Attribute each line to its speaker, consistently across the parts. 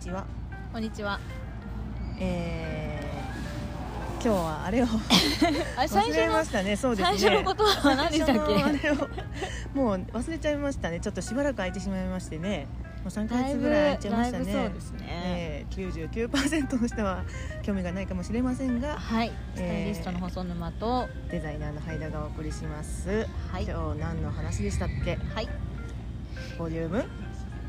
Speaker 1: ちは、
Speaker 2: こんにちは。
Speaker 1: えー、今日はあれを
Speaker 2: あれ 最
Speaker 1: 忘れま
Speaker 2: 初
Speaker 1: したねそう
Speaker 2: の、
Speaker 1: ですね
Speaker 2: 最初のことは何でした
Speaker 1: 最
Speaker 2: っ
Speaker 1: 初のあ
Speaker 2: け。
Speaker 1: れをもう忘れちゃいましたねちょっとしばらく空いてしまいましてねもう3ヶ
Speaker 2: だい
Speaker 1: 月
Speaker 2: ぶ
Speaker 1: ぐらい空いちゃいま
Speaker 2: だい
Speaker 1: した
Speaker 2: ぶ
Speaker 1: ね
Speaker 2: そうですね。
Speaker 1: えー、99%の人は興味がないかもしれませんが
Speaker 2: はい、スタイ
Speaker 1: えー
Speaker 2: リストの細沼と、
Speaker 1: デザイナーのハイダがお送りします、
Speaker 2: はい
Speaker 1: 今日何の話でしたっけ
Speaker 2: はい、
Speaker 1: ボリューム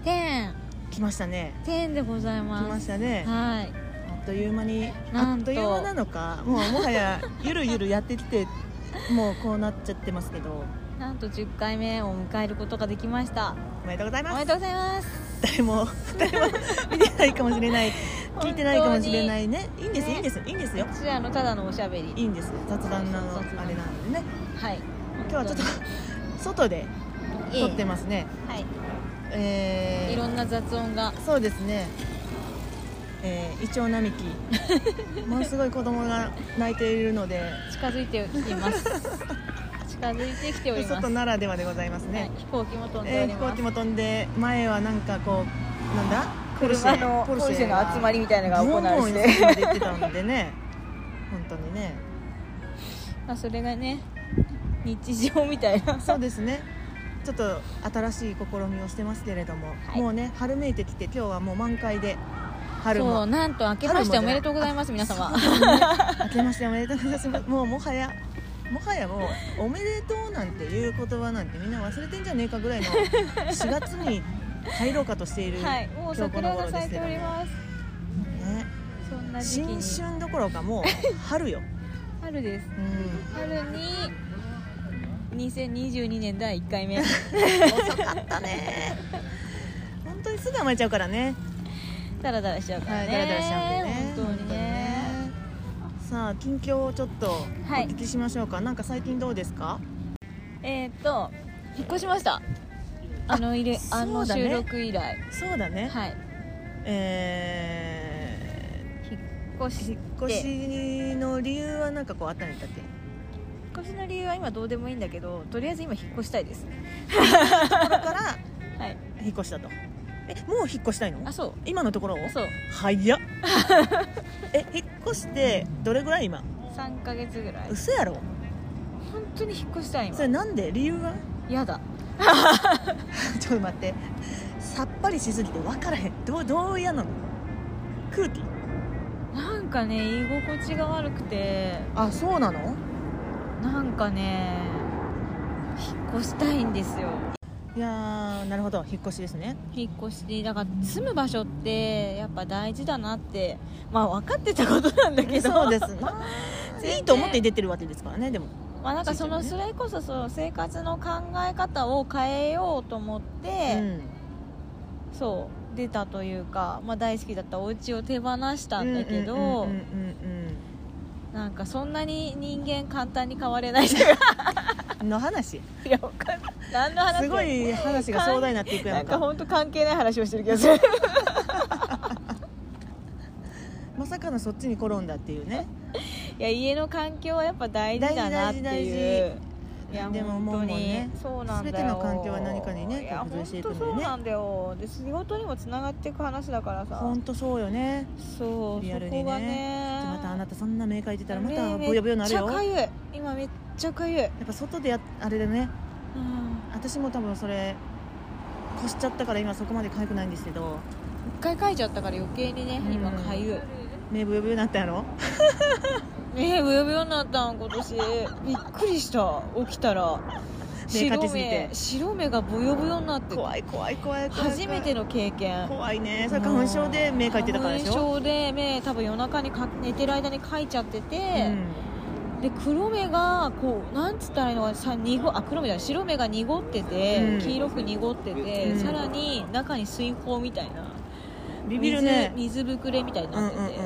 Speaker 2: テン、
Speaker 1: 来ましたね
Speaker 2: テンでござい
Speaker 1: 来ま
Speaker 2: ま
Speaker 1: し
Speaker 2: す。
Speaker 1: たね
Speaker 2: はい、
Speaker 1: あっという間に
Speaker 2: な
Speaker 1: あ
Speaker 2: ん
Speaker 1: っ
Speaker 2: と
Speaker 1: という間なのかもうもはやゆるゆるやってきてもうこうなっちゃってますけど
Speaker 2: なんと10回目を迎えることができました。
Speaker 1: おめでとうござい
Speaker 2: お
Speaker 1: ま
Speaker 2: め
Speaker 1: す
Speaker 2: でとうございます。
Speaker 1: 誰も誰も見てないかもしれ ない聞いてないかもしれないねいいんです、
Speaker 2: ね
Speaker 1: いいんですいいんですよ
Speaker 2: 私あのただのおしゃべり。
Speaker 1: いいんです雑談の
Speaker 2: そうそう雑談
Speaker 1: あれなのでね
Speaker 2: はい。
Speaker 1: 今日はちょっ と外で撮ってますね
Speaker 2: す。は
Speaker 1: えー
Speaker 2: い。いろんな雑音が。
Speaker 1: そうですね。えー、イチョウ並木 ものすごい子供が泣いているので
Speaker 2: 近づいています。近づいてきております。
Speaker 1: 外ならではでございます
Speaker 2: はい
Speaker 1: ね、
Speaker 2: 飛行機も飛んで
Speaker 1: え
Speaker 2: お
Speaker 1: ー
Speaker 2: り
Speaker 1: 飛
Speaker 2: ま
Speaker 1: 行
Speaker 2: す
Speaker 1: 機。も飛んで前はなんかこうなんだ
Speaker 2: 車のポルシェの集ま
Speaker 1: り
Speaker 2: りみたいな
Speaker 1: が
Speaker 2: のが行わ
Speaker 1: 行
Speaker 2: れ
Speaker 1: われ
Speaker 2: て、
Speaker 1: て行ってたのでね本当にね
Speaker 2: まあ、それがね日常みたいな
Speaker 1: そうですねちょっと新しい試みをしてますけれども、
Speaker 2: はい
Speaker 1: もうね春めいてきて今日はもう満開で春
Speaker 2: そう
Speaker 1: も
Speaker 2: なんと明けまして
Speaker 1: 春も
Speaker 2: お
Speaker 1: じゃない
Speaker 2: めでとうございます皆様
Speaker 1: 明けましておめでとうございます もうもはやもはやもうおめでとうなんていう言葉なんてみんな忘れてんじゃねえかぐらいの4月に入ろうかとしている、
Speaker 2: はいも
Speaker 1: 今日こ
Speaker 2: う桜
Speaker 1: の頃で
Speaker 2: が咲
Speaker 1: すけ
Speaker 2: いて
Speaker 1: ど
Speaker 2: お
Speaker 1: も
Speaker 2: ります
Speaker 1: ね
Speaker 2: そんな時期
Speaker 1: 新
Speaker 2: に
Speaker 1: 春どころか もう春よ、
Speaker 2: 春です
Speaker 1: うん、
Speaker 2: 春に2022年第1回目
Speaker 1: 遅かったね本当にすぐ甘えちゃうからね
Speaker 2: ダラダラしちゃうから
Speaker 1: はい
Speaker 2: ね
Speaker 1: ダラダラしちゃうんでね
Speaker 2: 本当にね
Speaker 1: さあ近況をちょっとお
Speaker 2: はい
Speaker 1: 聞きしましょうか、なんか最近どうですか
Speaker 2: えーっと引っ越しましたあの入れ
Speaker 1: そう
Speaker 2: あの
Speaker 1: だね
Speaker 2: 収録以来、
Speaker 1: そうだね、
Speaker 2: はい
Speaker 1: え
Speaker 2: 引っ越し
Speaker 1: ー、引
Speaker 2: 引
Speaker 1: っ越しの理由は何かこうあったんだ っけ
Speaker 2: っ越しの理由は今どうでもいいんだけどとりあえず今引っ越したいです
Speaker 1: ところから
Speaker 2: はい
Speaker 1: 引っ越したとえもう引っ越したいの
Speaker 2: あそう
Speaker 1: 今のところを
Speaker 2: そう
Speaker 1: 早っえ引っ越してどれぐらい今
Speaker 2: 3ヶ月ぐらい
Speaker 1: 嘘やろ
Speaker 2: 本当に引っ越したい今
Speaker 1: それなんで理由は
Speaker 2: やだ
Speaker 1: ちょっと待ってさっぱりしすぎて分からへんどうどう嫌なの空気
Speaker 2: なんかね居心地が悪くて
Speaker 1: あそうなの
Speaker 2: なんかね引っ越したいんですよ
Speaker 1: いやーなるほど引っ越しですね
Speaker 2: 引っ越してだから住む場所ってやっぱ大事だなってまあ分かってたことなんだけ ど
Speaker 1: そうですな
Speaker 2: 全然
Speaker 1: いいと思って出てるわけですからねでも
Speaker 2: まあなんかその
Speaker 1: 地域
Speaker 2: そ
Speaker 1: の
Speaker 2: れこそそう生活の考え方を変えようと思って、
Speaker 1: うん
Speaker 2: そう出たというか、まあ、大好きだったお家を手放したんだけ
Speaker 1: う
Speaker 2: ど、
Speaker 1: んうんうん
Speaker 2: なんかそんなに人間簡単に変われないというか
Speaker 1: うんうんの話
Speaker 2: いや分かんない何の話
Speaker 1: すごい話が壮大になっていくや
Speaker 2: なん
Speaker 1: ん
Speaker 2: か
Speaker 1: か
Speaker 2: 本当関係ない話をしてる気がする
Speaker 1: まさかのそっちに転んだっていうね
Speaker 2: いや家の環境はやっぱ大事だなっていう
Speaker 1: 大事大事
Speaker 2: いや
Speaker 1: でも
Speaker 2: 本当
Speaker 1: もう
Speaker 2: に、
Speaker 1: ね
Speaker 2: そうなんだ
Speaker 1: 全
Speaker 2: よ
Speaker 1: ての環境は何かにね
Speaker 2: いや
Speaker 1: 付
Speaker 2: 本
Speaker 1: 随していく
Speaker 2: 当
Speaker 1: んだよね
Speaker 2: そうなんだよで仕事にもつながっていく話だからさ
Speaker 1: 本当そうよね
Speaker 2: そう
Speaker 1: リアル
Speaker 2: そ
Speaker 1: にね
Speaker 2: こがね
Speaker 1: またあなたそんな目描いてたらまた
Speaker 2: ね
Speaker 1: ボヨボヨなるよ
Speaker 2: め
Speaker 1: や
Speaker 2: っちゃかゆい今めっちゃかゆい、
Speaker 1: っぱ外でやあれでね
Speaker 2: うん
Speaker 1: 私も多分それ越しちゃったから今そこまで痒くないんですけど
Speaker 2: 一回かいちゃったから余計にね
Speaker 1: うん
Speaker 2: 今かゆい、
Speaker 1: 目ブヨブヨになったやろ
Speaker 2: ねえブヨブヨになったん今年びっくりした起きたら
Speaker 1: 目か
Speaker 2: 白
Speaker 1: きすぎて
Speaker 2: 目白目がブヨブヨになって
Speaker 1: 怖い怖い怖い怖い
Speaker 2: 初めての経験
Speaker 1: 怖いねそれ花粉症で目描いてたからでし
Speaker 2: 花
Speaker 1: ょ
Speaker 2: 粉症で目多分夜中にか寝てる間に描いちゃってて、で黒目がこうなんつったらいいのかさ濁あ黒目じゃない白目が濁ってて、
Speaker 1: うん
Speaker 2: 黄色く濁ってて、
Speaker 1: うん
Speaker 2: さらに中に水泡みたいな
Speaker 1: うん、ビビるね
Speaker 2: 水水ぶくれみたいに
Speaker 1: うんう
Speaker 2: なんっ
Speaker 1: う
Speaker 2: て
Speaker 1: んうん
Speaker 2: て、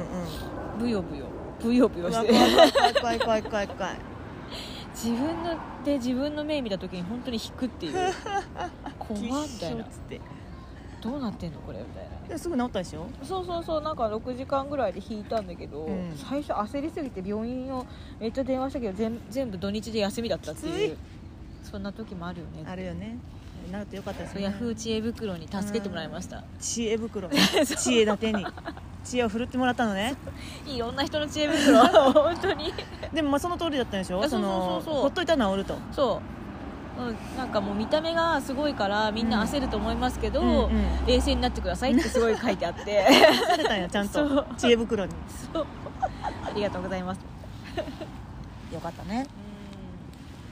Speaker 2: ブヨブヨブヨブ
Speaker 1: う
Speaker 2: ヨ
Speaker 1: わ怖
Speaker 2: して
Speaker 1: い怖い怖い怖い怖い怖い
Speaker 2: 自分ので自分の目見た時に本当に引くっていう 怖
Speaker 1: きっ
Speaker 2: っみた
Speaker 1: し
Speaker 2: い
Speaker 1: ょ
Speaker 2: な
Speaker 1: っつって
Speaker 2: どうなってんのこれみたいな
Speaker 1: ですぐ治ったでしょ
Speaker 2: そうそうそうなんか6時間ぐらいで引いたんだけど、
Speaker 1: うん
Speaker 2: 最初焦りすぎて病院をめっちゃ電話したけど全全部土日で休みだったっていうそんな時もあるよね
Speaker 1: あるよねになるとよかったです
Speaker 2: そう
Speaker 1: ね
Speaker 2: ヤフー知恵袋に助けてもらいました、
Speaker 1: 知恵 袋知恵だてに知恵を振るってもらったのね
Speaker 2: いろんな人の知恵袋 本当に
Speaker 1: でもまあその通りだったんでしょ
Speaker 2: あ
Speaker 1: そ
Speaker 2: そ
Speaker 1: の
Speaker 2: うそうそうそう
Speaker 1: ほっといたら治ると
Speaker 2: そう、うん、なんかもう見た目がすごいからみんな焦ると思いますけど、
Speaker 1: うんうん
Speaker 2: 冷静になってくださいってすごい書いてあって
Speaker 1: されたんやちゃん
Speaker 2: そ
Speaker 1: と
Speaker 2: う
Speaker 1: 知恵袋に
Speaker 2: そうありがとうございます
Speaker 1: よかったね、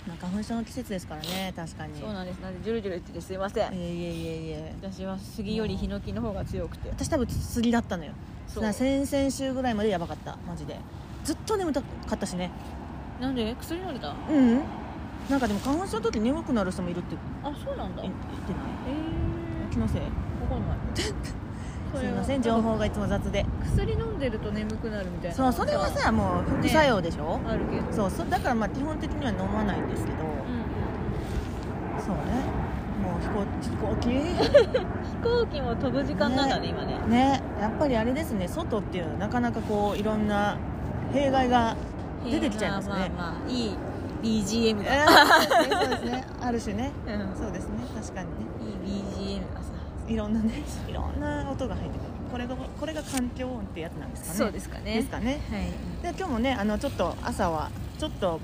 Speaker 1: まあ、花粉症の季節ですからね確かに
Speaker 2: そうなんですなんでジュルジュル言っててすいません、
Speaker 1: いえいえいえいえ
Speaker 2: 私は杉よりヒノキの方が強くて
Speaker 1: 私多分杉だったのよ
Speaker 2: そう
Speaker 1: な先々週ぐらいまでやばかったマジでずっと眠たかったしね
Speaker 2: なんで薬飲んでた
Speaker 1: ううんなんかでも花粉症の時眠くなる人もいるって
Speaker 2: あそうなんだ
Speaker 1: 言
Speaker 2: え
Speaker 1: 言ってな
Speaker 2: え
Speaker 1: い気のせい
Speaker 2: わか んない
Speaker 1: すいません情報がいつも雑で
Speaker 2: 薬飲んでると眠くなるみたいな
Speaker 1: そうそれはさもう副作用でしょ、
Speaker 2: あるけど
Speaker 1: そうそうだからまあ基本的には飲まないんですけどそうねもう飛行飛行
Speaker 2: 飛行機も飛ぶ時間なんだね今ね
Speaker 1: 機 ねやっぱりあれですね外っていうのはなかなかこういろんな弊害が出てきちゃいますね、
Speaker 2: あまあまあいい BGM だ、
Speaker 1: えーそうですねそうですねある種ね
Speaker 2: うん
Speaker 1: そうですね確かにね
Speaker 2: いい BGM がさ
Speaker 1: いろんなねいろんな音が入ってくるこれがこれが環境音ってやつなんですかね
Speaker 2: そうですかね
Speaker 1: ですかね
Speaker 2: はい
Speaker 1: で今日もねあのちょっと朝はちょっと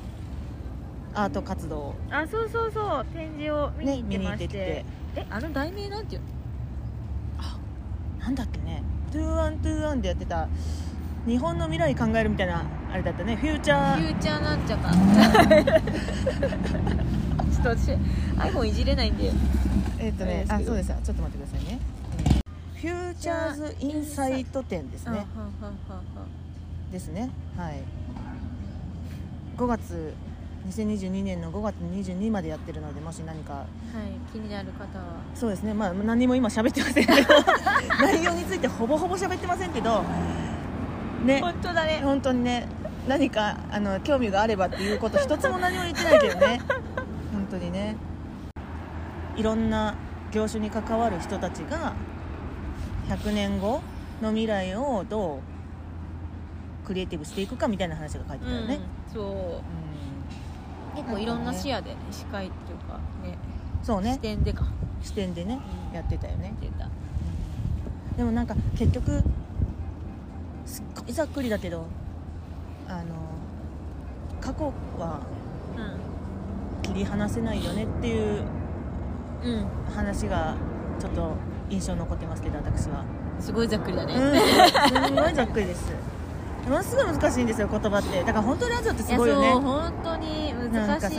Speaker 1: アート活動を
Speaker 2: あそうそうそう展示を見
Speaker 1: ね
Speaker 2: に行っ
Speaker 1: 見
Speaker 2: て
Speaker 1: に行
Speaker 2: ま
Speaker 1: って
Speaker 2: し
Speaker 1: き
Speaker 2: て,、
Speaker 1: て
Speaker 2: えあの題名なんていうの
Speaker 1: なんだっけね「トゥーワントゥーワン」でやってた日本の未来考えるみたいなあれだったねフューチャ
Speaker 2: フ
Speaker 1: ー
Speaker 2: ューチャーなんち ゃかちょっと私 iPhone いじれないんで
Speaker 1: えっ、とね
Speaker 2: あ
Speaker 1: あ
Speaker 2: れですけど
Speaker 1: そうですちょっと待ってくださいねえーフューチャーズインサイト展ですね
Speaker 2: あはんはんはんはん
Speaker 1: ですねはい5月2022年の5月22までやってるのでもし何か
Speaker 2: はい気になる方は
Speaker 1: そうですねまあ何も今喋ってませんけど内容についてほぼほぼ喋ってませんけどね
Speaker 2: 本当だね
Speaker 1: 本当にね何かあの興味があればっていうこと一つも何も言ってないけど ね本当にねいろんな業種に関わる人たちが100年後の未来をどうクリエイティブしていくかみたいな話が書いてたよね、
Speaker 2: うん、そう結構いろんな視野で、ね、視界っていうかね
Speaker 1: うんそう
Speaker 2: 視
Speaker 1: ね
Speaker 2: 点でか
Speaker 1: 視点でね
Speaker 2: うん
Speaker 1: やってたよね
Speaker 2: 出た
Speaker 1: でもなんか結局すっごいざっくりだけどあの過去は切り離せないよねっていう
Speaker 2: うん、うん、
Speaker 1: 話がちょっと印象に残ってますけど私は、
Speaker 2: すごいざっくりだ
Speaker 1: う
Speaker 2: ね、
Speaker 1: ん、すごいざっくりですものすごい難しいんですよ言葉ってだから本当ラジオってすごい
Speaker 2: やそ
Speaker 1: よね
Speaker 2: う本当に難しい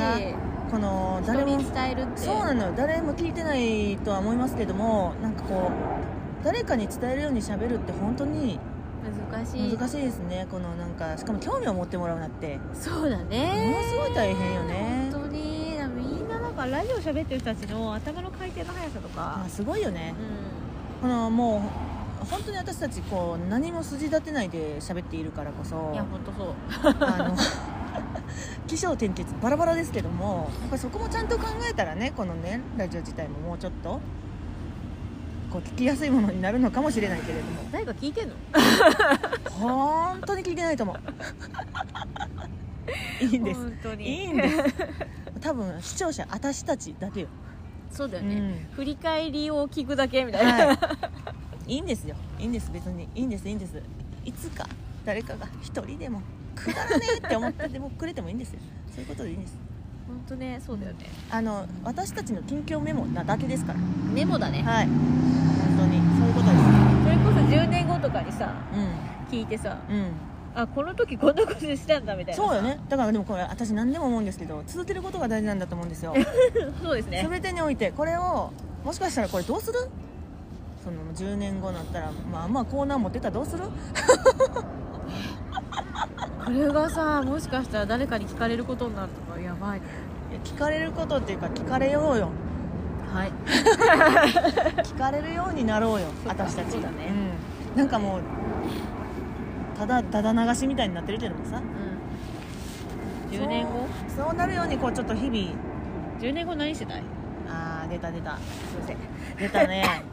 Speaker 1: この誰も
Speaker 2: 人に伝えるって
Speaker 1: そうなのよ誰も聞いてないとは思いますけどもなんかこう誰かに伝えるように喋るって本当に
Speaker 2: 難しい
Speaker 1: 難しいですねこのなんかしかも興味を持ってもらうなって
Speaker 2: そうだ
Speaker 1: もの
Speaker 2: ね
Speaker 1: すごい大変よね
Speaker 2: 本、当にでもみんななんかラジオ喋ってる人たちの頭の回転の速さと
Speaker 1: ま
Speaker 2: か
Speaker 1: あ、すごいよね
Speaker 2: う、ん
Speaker 1: このもう本当に私たちこう何も筋立てないで喋っているからこそ
Speaker 2: いや本当そう
Speaker 1: あの 起承転結バラバラですけどもやっぱそこもちゃんと考えたらねこのねラジオ自体ももうちょっとこう聞きやすいものになるのかもしれないけれども
Speaker 2: 誰か聞いてんの
Speaker 1: 本当に聞いてないと 思ういいんです
Speaker 2: 本当
Speaker 1: い
Speaker 2: に
Speaker 1: いんです 多分視聴者私たちだけよ、
Speaker 2: そうだ
Speaker 1: う
Speaker 2: よね、
Speaker 1: ん
Speaker 2: 振り返りを聞くだけみたいな、
Speaker 1: はい、いいんですよいいんです別にいいんですいいんですいつか誰かが一人でもくだらねえって思ってでもくれてもいいんですよそういうことでいいんです
Speaker 2: 本当ねそうだよね
Speaker 1: あの私たちの近況メモなだけですから
Speaker 2: メモだね
Speaker 1: はい本当にそういうことです
Speaker 2: それこそ10年後とかにさ聞いてさ
Speaker 1: うんうん
Speaker 2: あこの時こんなことしたんだみたいな
Speaker 1: そうよねだからでもこれ私何でも思うんですけど続けることが大事なんだと思うんですよ
Speaker 2: そうですね
Speaker 1: 全てにおいてこれをもしかしたらこれどうするその10年後になったらまあまあコーナー持ってたらどうする
Speaker 2: これがさもしかしたら誰かに聞かれることになるとかやばいね
Speaker 1: いや聞かれることっていうか聞かれようよ
Speaker 2: はい
Speaker 1: 聞かれるようになろうよ
Speaker 2: そうか
Speaker 1: 私たち
Speaker 2: そうだね
Speaker 1: うんなんかもうただただ流しみたいになってるけどもさ
Speaker 2: うん10年後
Speaker 1: そうそうなるようにこうちょっと日々
Speaker 2: 10年後何してない
Speaker 1: あー出た出た
Speaker 2: すいません
Speaker 1: 出たね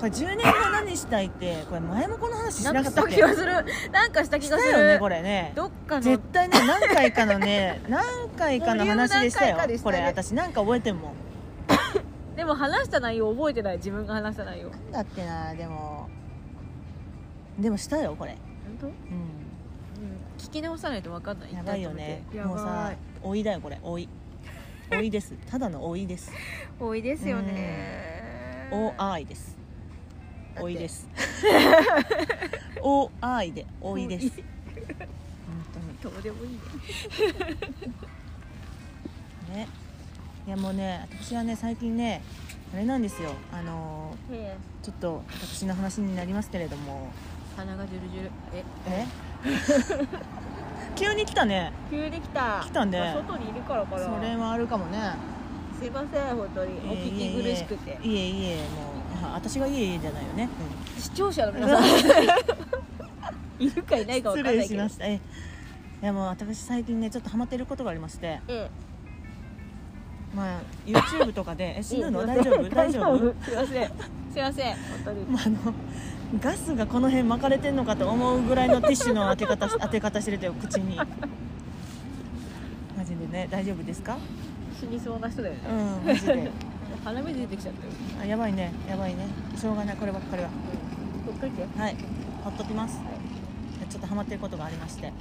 Speaker 1: これ10年後何したいってこれ前もこの話し
Speaker 2: な
Speaker 1: なんか
Speaker 2: か
Speaker 1: っっ
Speaker 2: した
Speaker 1: たけ
Speaker 2: 気がするなんかした気
Speaker 1: し
Speaker 2: が
Speaker 1: た
Speaker 2: する
Speaker 1: よねこれね
Speaker 2: どっかの
Speaker 1: 絶対ね何回 かのね何回かの話でしたよ
Speaker 2: もう理由何回かでした
Speaker 1: こ
Speaker 2: ね
Speaker 1: れ私なんか覚えてんもん
Speaker 2: でも話した内容覚えてない自分が話した内容本
Speaker 1: だってなでもでもしたよこれ
Speaker 2: 当、うん、
Speaker 1: うん
Speaker 2: 聞き直さないと分かんない
Speaker 1: やばいよね
Speaker 2: 一旦止めて
Speaker 1: もうさ老いだよこれ老い老い ですただの老いです
Speaker 2: 多いですよね
Speaker 1: おあいです老いです おあいで老いです本当に
Speaker 2: どうでもいいね
Speaker 1: ねいやもうね私はね最近ねあれなんですよあの
Speaker 2: え
Speaker 1: ーちょっと私の話になりますけれども
Speaker 2: 鼻がジュルジュルえ
Speaker 1: え 急に来たね
Speaker 2: 急に来た
Speaker 1: 来たね
Speaker 2: まあ外にいるからか
Speaker 1: そ
Speaker 2: な
Speaker 1: れはあるかもね
Speaker 2: すいません本当にお聞き苦しくて
Speaker 1: いえいえいえもうあ私がいえいえじゃないよね、
Speaker 2: 視聴者の皆 さんいるかいないか分
Speaker 1: 失
Speaker 2: かんな
Speaker 1: 礼
Speaker 2: いけ
Speaker 1: し
Speaker 2: ど
Speaker 1: ましたえいやもう私最近ねちょっとハマってることがありまして
Speaker 2: え
Speaker 1: まあ YouTube とかでえ
Speaker 2: え
Speaker 1: 死ぬの
Speaker 2: え
Speaker 1: 大丈 夫大丈夫
Speaker 2: すいませんすいません本当に
Speaker 1: まあ、あのガスがこの辺巻かれてんのかと思うぐらいのティッシュの当て 方し当て方してるとよ口にマジでね大丈夫ですか
Speaker 2: 死にそうな人だよね
Speaker 1: うんマジ で
Speaker 2: 鼻水出てきちゃったよ
Speaker 1: あやばいねやばいねしょうがないこればっかりは
Speaker 2: こっかりて
Speaker 1: はいほっときます
Speaker 2: はい
Speaker 1: ちょっとハマってることがありまして
Speaker 2: う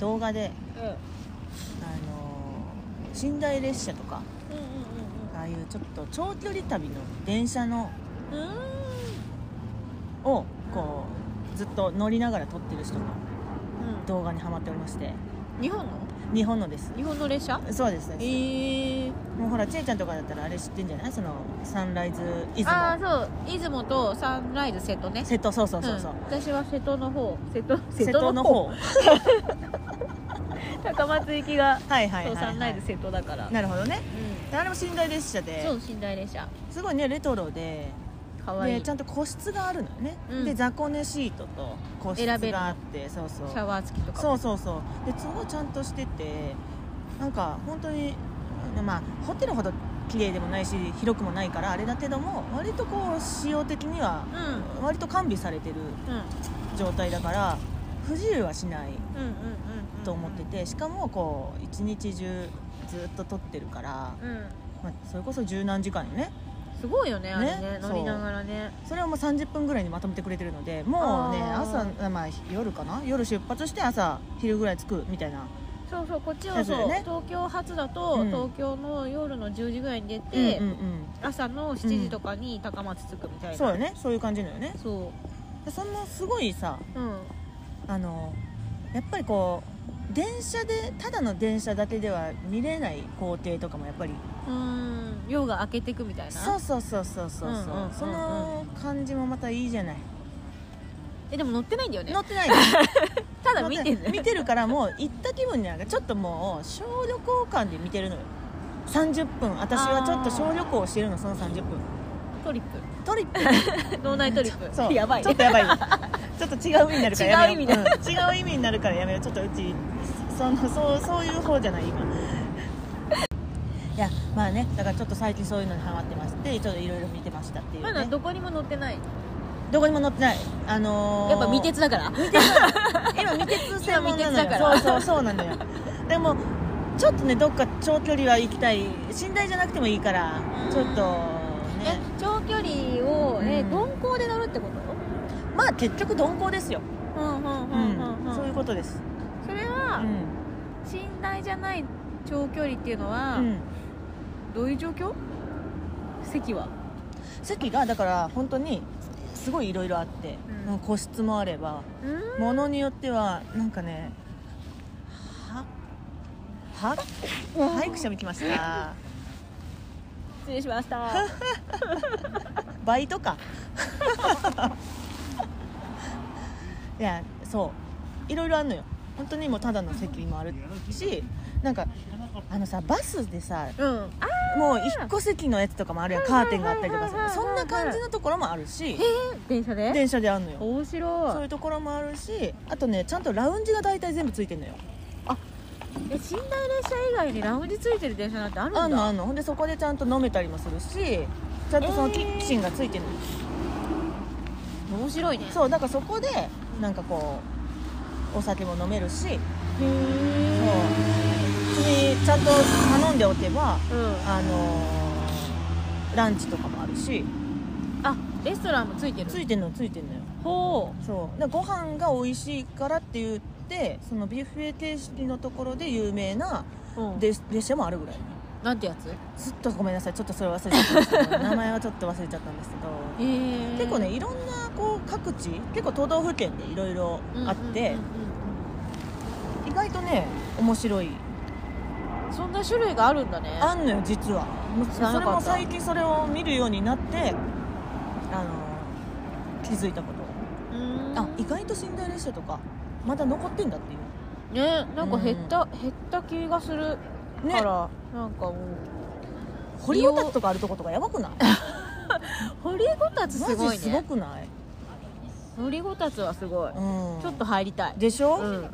Speaker 1: 動画で
Speaker 2: んうん
Speaker 1: あのー寝台列車とか
Speaker 2: うん
Speaker 1: ああいうちょっと長距離旅の電車の
Speaker 2: うんうん
Speaker 1: をこうずっと乗りながら撮ってる人の
Speaker 2: うん
Speaker 1: 動画にハマっておりまして
Speaker 2: 日本の
Speaker 1: 日本のです
Speaker 2: 日本の列車
Speaker 1: そうです
Speaker 2: えー、
Speaker 1: もうほらちえちゃんとかだったらあれ知ってんじゃないそのサンライズ出
Speaker 2: ああ
Speaker 1: 雲
Speaker 2: そう出雲とサンライズ瀬戸ね
Speaker 1: 瀬戸そうそうそうそう、
Speaker 2: ん私は瀬戸の方瀬戸
Speaker 1: 瀬戸の方
Speaker 2: 高松行きが
Speaker 1: はいはいは
Speaker 2: そう
Speaker 1: い、
Speaker 2: サンラ
Speaker 1: は
Speaker 2: イズ
Speaker 1: い、
Speaker 2: 瀬戸だから、
Speaker 1: なるほどね
Speaker 2: う
Speaker 1: であれも寝台列車
Speaker 2: ん、
Speaker 1: で
Speaker 2: そう寝台列車
Speaker 1: すごいねレトロで
Speaker 2: かわい
Speaker 1: で
Speaker 2: い
Speaker 1: ちゃんと個室があるのよね、
Speaker 2: うん
Speaker 1: で雑魚寝シートと個室
Speaker 2: 選べる
Speaker 1: があってそうそう
Speaker 2: シャワー付きとか
Speaker 1: そうそうそうですごいちゃんとしててなんか本当にまあホテルほど綺麗でもないし広くもないからあれだけども割とこう仕様的には
Speaker 2: うんうん
Speaker 1: 割と完備されてる状態だから不自由はしない
Speaker 2: うんうんうん
Speaker 1: と思っててしかもこう一日中ずっと撮ってるから、
Speaker 2: うん
Speaker 1: まあ、それこそ十何時間よね
Speaker 2: すごいよねあれね
Speaker 1: ね
Speaker 2: 乗りながらね
Speaker 1: それをもう30分ぐらいにまとめてくれてるのでもうね
Speaker 2: あー
Speaker 1: 朝、まあ、夜かな夜出発して朝昼ぐらい着くみたいな、
Speaker 2: そうそうこっちは
Speaker 1: そ
Speaker 2: そう
Speaker 1: うだよね
Speaker 2: 東京発だと、
Speaker 1: うん
Speaker 2: 東京の夜の10時ぐらいに出て、
Speaker 1: うんうん
Speaker 2: 朝の7時とかに高松着くみた
Speaker 1: う
Speaker 2: い
Speaker 1: ん、
Speaker 2: な
Speaker 1: そうよねそういう感じなのよね
Speaker 2: そ
Speaker 1: でそのすごいさ
Speaker 2: ううん
Speaker 1: あのやっぱりこう電車でただの電車だけでは見れない工程とかもやっぱり
Speaker 2: うーん夜が明けてくみたいな
Speaker 1: そうそうそうそうそうそう,、
Speaker 2: うんうんうんうん
Speaker 1: その感じもまたいいじゃない
Speaker 2: えでも乗ってないんだよね
Speaker 1: 乗ってないです
Speaker 2: ただ見てる
Speaker 1: 乗って見てるからもう行った気分じゃなくてちょっともう小旅行感で見てるのよ30分私はちょっと小旅行をしてるのその30分
Speaker 2: ト リッ
Speaker 1: トリップ
Speaker 2: プ脳内トリップ
Speaker 1: そう
Speaker 2: やばい
Speaker 1: ちょっとやばいよちょっと違う意味になるからやめよう
Speaker 2: 違う意味だ
Speaker 1: うん違う意味になるからやめようちょっとうちそのそうそういう方じゃ ない今いやまあねだからちょっと最近そういうのにハマってましてちょっといろいろ見てましたっていう、ね、
Speaker 2: まだどこにも乗ってない
Speaker 1: どこにも載ってないあのー
Speaker 2: やっぱ未鉄だから
Speaker 1: 今未鉄専門なの
Speaker 2: 今未鉄だから
Speaker 1: よそうそうそうなのよでもちょっとねどっか長距離は行きたい寝台じゃなくてもいいから
Speaker 2: うん
Speaker 1: ちょっと
Speaker 2: え
Speaker 1: ね
Speaker 2: 長距離をえ
Speaker 1: うん
Speaker 2: 鈍行で乗るってこと
Speaker 1: まあ結局鈍行ですよ、
Speaker 2: うんうん
Speaker 1: そういうことです、
Speaker 2: それ
Speaker 1: う
Speaker 2: は
Speaker 1: ん
Speaker 2: 寝台じゃない長距離っていうのは
Speaker 1: うん
Speaker 2: どういう状況席は
Speaker 1: 席がだから本当にすごいいろいろあって、
Speaker 2: うん
Speaker 1: うん個室もあれば
Speaker 2: うん
Speaker 1: ものによってはなんかねはははいくしゃみきました
Speaker 2: 失礼しました
Speaker 1: バイト かいやそういろいろあるのよ本当にもうただの席もあるしなんかあのさバスでさ
Speaker 2: うんあ
Speaker 1: もう一個席のやつとかもあるやんカーテンがあったりとか
Speaker 2: はいはい
Speaker 1: さ
Speaker 2: は
Speaker 1: そ
Speaker 2: いはい
Speaker 1: ん
Speaker 2: はい
Speaker 1: な感じのところもあるし
Speaker 2: 電車で
Speaker 1: 電車であるのよ
Speaker 2: 面
Speaker 1: そう
Speaker 2: 白
Speaker 1: い
Speaker 2: いう
Speaker 1: ところもあるしあとねちゃんとラウンジが大体全部ついてんのよ
Speaker 2: え寝台列車以外にラウンジついてる電車なんてあるんだ
Speaker 1: あんのあんのほんでそこでちゃんと飲めたりもするしちゃんとそのキッチンがついてるのよ
Speaker 2: 面白いね
Speaker 1: そうだからそこでなんかこうお酒も飲めるし
Speaker 2: へ
Speaker 1: そう
Speaker 2: え
Speaker 1: 普通にちゃんと頼んでおけば
Speaker 2: うん
Speaker 1: あのランチとかもあるし
Speaker 2: あレストランもついてる
Speaker 1: ついてんのついてんのよ
Speaker 2: ほ
Speaker 1: そうでご飯が美味しいからって言ってそのビュッフェ形式のところで有名な
Speaker 2: う、うん、
Speaker 1: 列列車もあるぐらい
Speaker 2: なんてやつ
Speaker 1: ずっとごめんなさいちょっとそれ忘れちゃったんですけど名前はちょっと忘れちゃったんですけど
Speaker 2: えー
Speaker 1: 結構ねいろんなこう各地結構都道府県でいろいろあって、
Speaker 2: うんうん
Speaker 1: 意外とね面白い
Speaker 2: うんうんそんな種類があるんだね
Speaker 1: あんのよ実はもう
Speaker 2: 知ら
Speaker 1: そ
Speaker 2: な
Speaker 1: れ
Speaker 2: か
Speaker 1: も
Speaker 2: った
Speaker 1: 最近それを見るようになってあの気づいたこと
Speaker 2: うーん
Speaker 1: あ意外と寝台列車とかまだ残ってんだっていう
Speaker 2: ねなんか減った、減った気がするか
Speaker 1: ね
Speaker 2: ら、なんかもう
Speaker 1: 堀尾たちとかあるとことかやばくない
Speaker 2: 掘りごたつすご
Speaker 1: マ
Speaker 2: い
Speaker 1: ジすご
Speaker 2: ね
Speaker 1: くない、
Speaker 2: 掘りごたつはすごい、
Speaker 1: うん、
Speaker 2: ちょっと入りたい
Speaker 1: でしょ、
Speaker 2: うん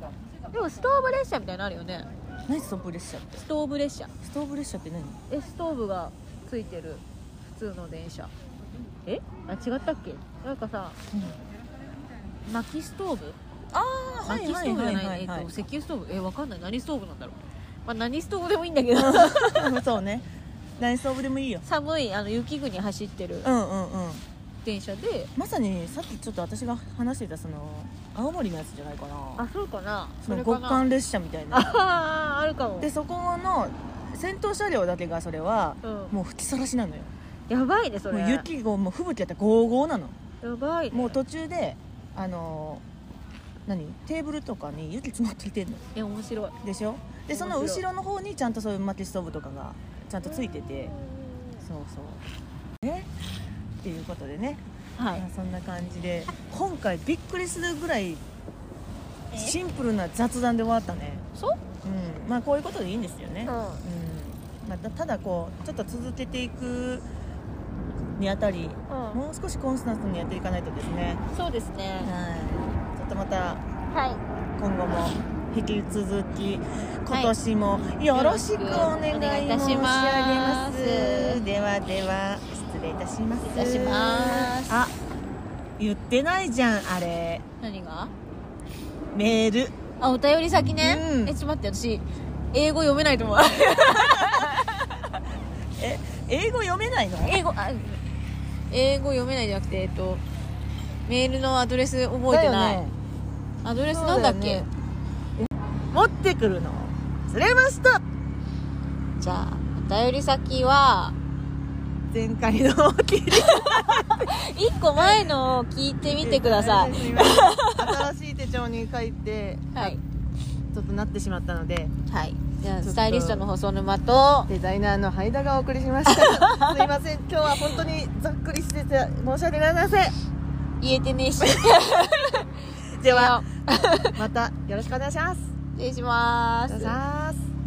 Speaker 2: でもストーブ列車みたいなのあるよね
Speaker 1: 何ストーブ列車って
Speaker 2: ストーブ列車
Speaker 1: ストーブ列車って何
Speaker 2: えストーブがついてる普通の電車えあ違ったっけなんかさ薪ストーブ
Speaker 1: あ
Speaker 2: 薪ストーブじゃないえっと石油ストーブえわかんない何ストーブなんだろうまあ何ストーブでもいいんだけど
Speaker 1: そうね何ストーブでもいいよ
Speaker 2: 寒いあの雪国走ってる
Speaker 1: うんうんうん
Speaker 2: 電車で
Speaker 1: まさにさっきちょっと私が話してたその青森のやつじゃないかな
Speaker 2: あそうかな
Speaker 1: そ
Speaker 2: そ
Speaker 1: の
Speaker 2: れか
Speaker 1: 極
Speaker 2: な
Speaker 1: 寒列車みたい
Speaker 2: あ
Speaker 1: な
Speaker 2: ああるかも
Speaker 1: でそこの先頭車両だけがそれは
Speaker 2: うん
Speaker 1: もう吹きさらしなのよ
Speaker 2: やばいねそれ
Speaker 1: もう雪がもう吹雪やったらゴーゴーなの
Speaker 2: やばいね
Speaker 1: もう途中であのー何テーブルとかに雪積もってきてんの
Speaker 2: え面白い
Speaker 1: でしょでその
Speaker 2: 面白
Speaker 1: 後
Speaker 2: い
Speaker 1: ろの方にちゃんとそういう薪ストーブとかがちゃんとついててそうそうねっていうことでね、
Speaker 2: はい
Speaker 1: まあそんな感じで今回びっくりするぐらいシンプルな雑談で終わったね
Speaker 2: そう
Speaker 1: うんまあこういうことでいいんですよね、
Speaker 2: う
Speaker 1: うんまあ、たただこうちょっと続けていくにあたり
Speaker 2: ん
Speaker 1: もう少しコンスタントにやっていかないとですね、
Speaker 2: そうですね
Speaker 1: はい、ちょっとまた
Speaker 2: はい
Speaker 1: 今後も引き続き今年もよろしくお願い申し上げます,、
Speaker 2: よろしくお願いいたします
Speaker 1: ではでは失礼いたします
Speaker 2: 失礼します
Speaker 1: あ言ってないじゃんあれ
Speaker 2: 何が
Speaker 1: メール
Speaker 2: あお便り先ね、
Speaker 1: うん
Speaker 2: えちょっと待って私英語読めないと思う
Speaker 1: え英語読めないの
Speaker 2: 英語あ英語読めないじゃなくてえっとメールのアドレス覚えてない、
Speaker 1: だよね
Speaker 2: アドレスなんだっけ
Speaker 1: そうだよね持ってくるの釣れました
Speaker 2: じゃあお便り先は
Speaker 1: 前回の聞いて
Speaker 2: 1個前のを聞いてみてください
Speaker 1: 新しい手帳に書いて
Speaker 2: はい
Speaker 1: ちょっとなってしまったので
Speaker 2: はいじゃ
Speaker 1: ちょ
Speaker 2: あ
Speaker 1: っと
Speaker 2: スタイリストの細沼と
Speaker 1: デザイナーのハイダがお送りしました すいません今日は本当にざっくりしてて申し訳ございません
Speaker 2: 言えてねえし
Speaker 1: ではまたよろしくお願いします
Speaker 2: 失礼しま
Speaker 1: お願い
Speaker 2: す
Speaker 1: します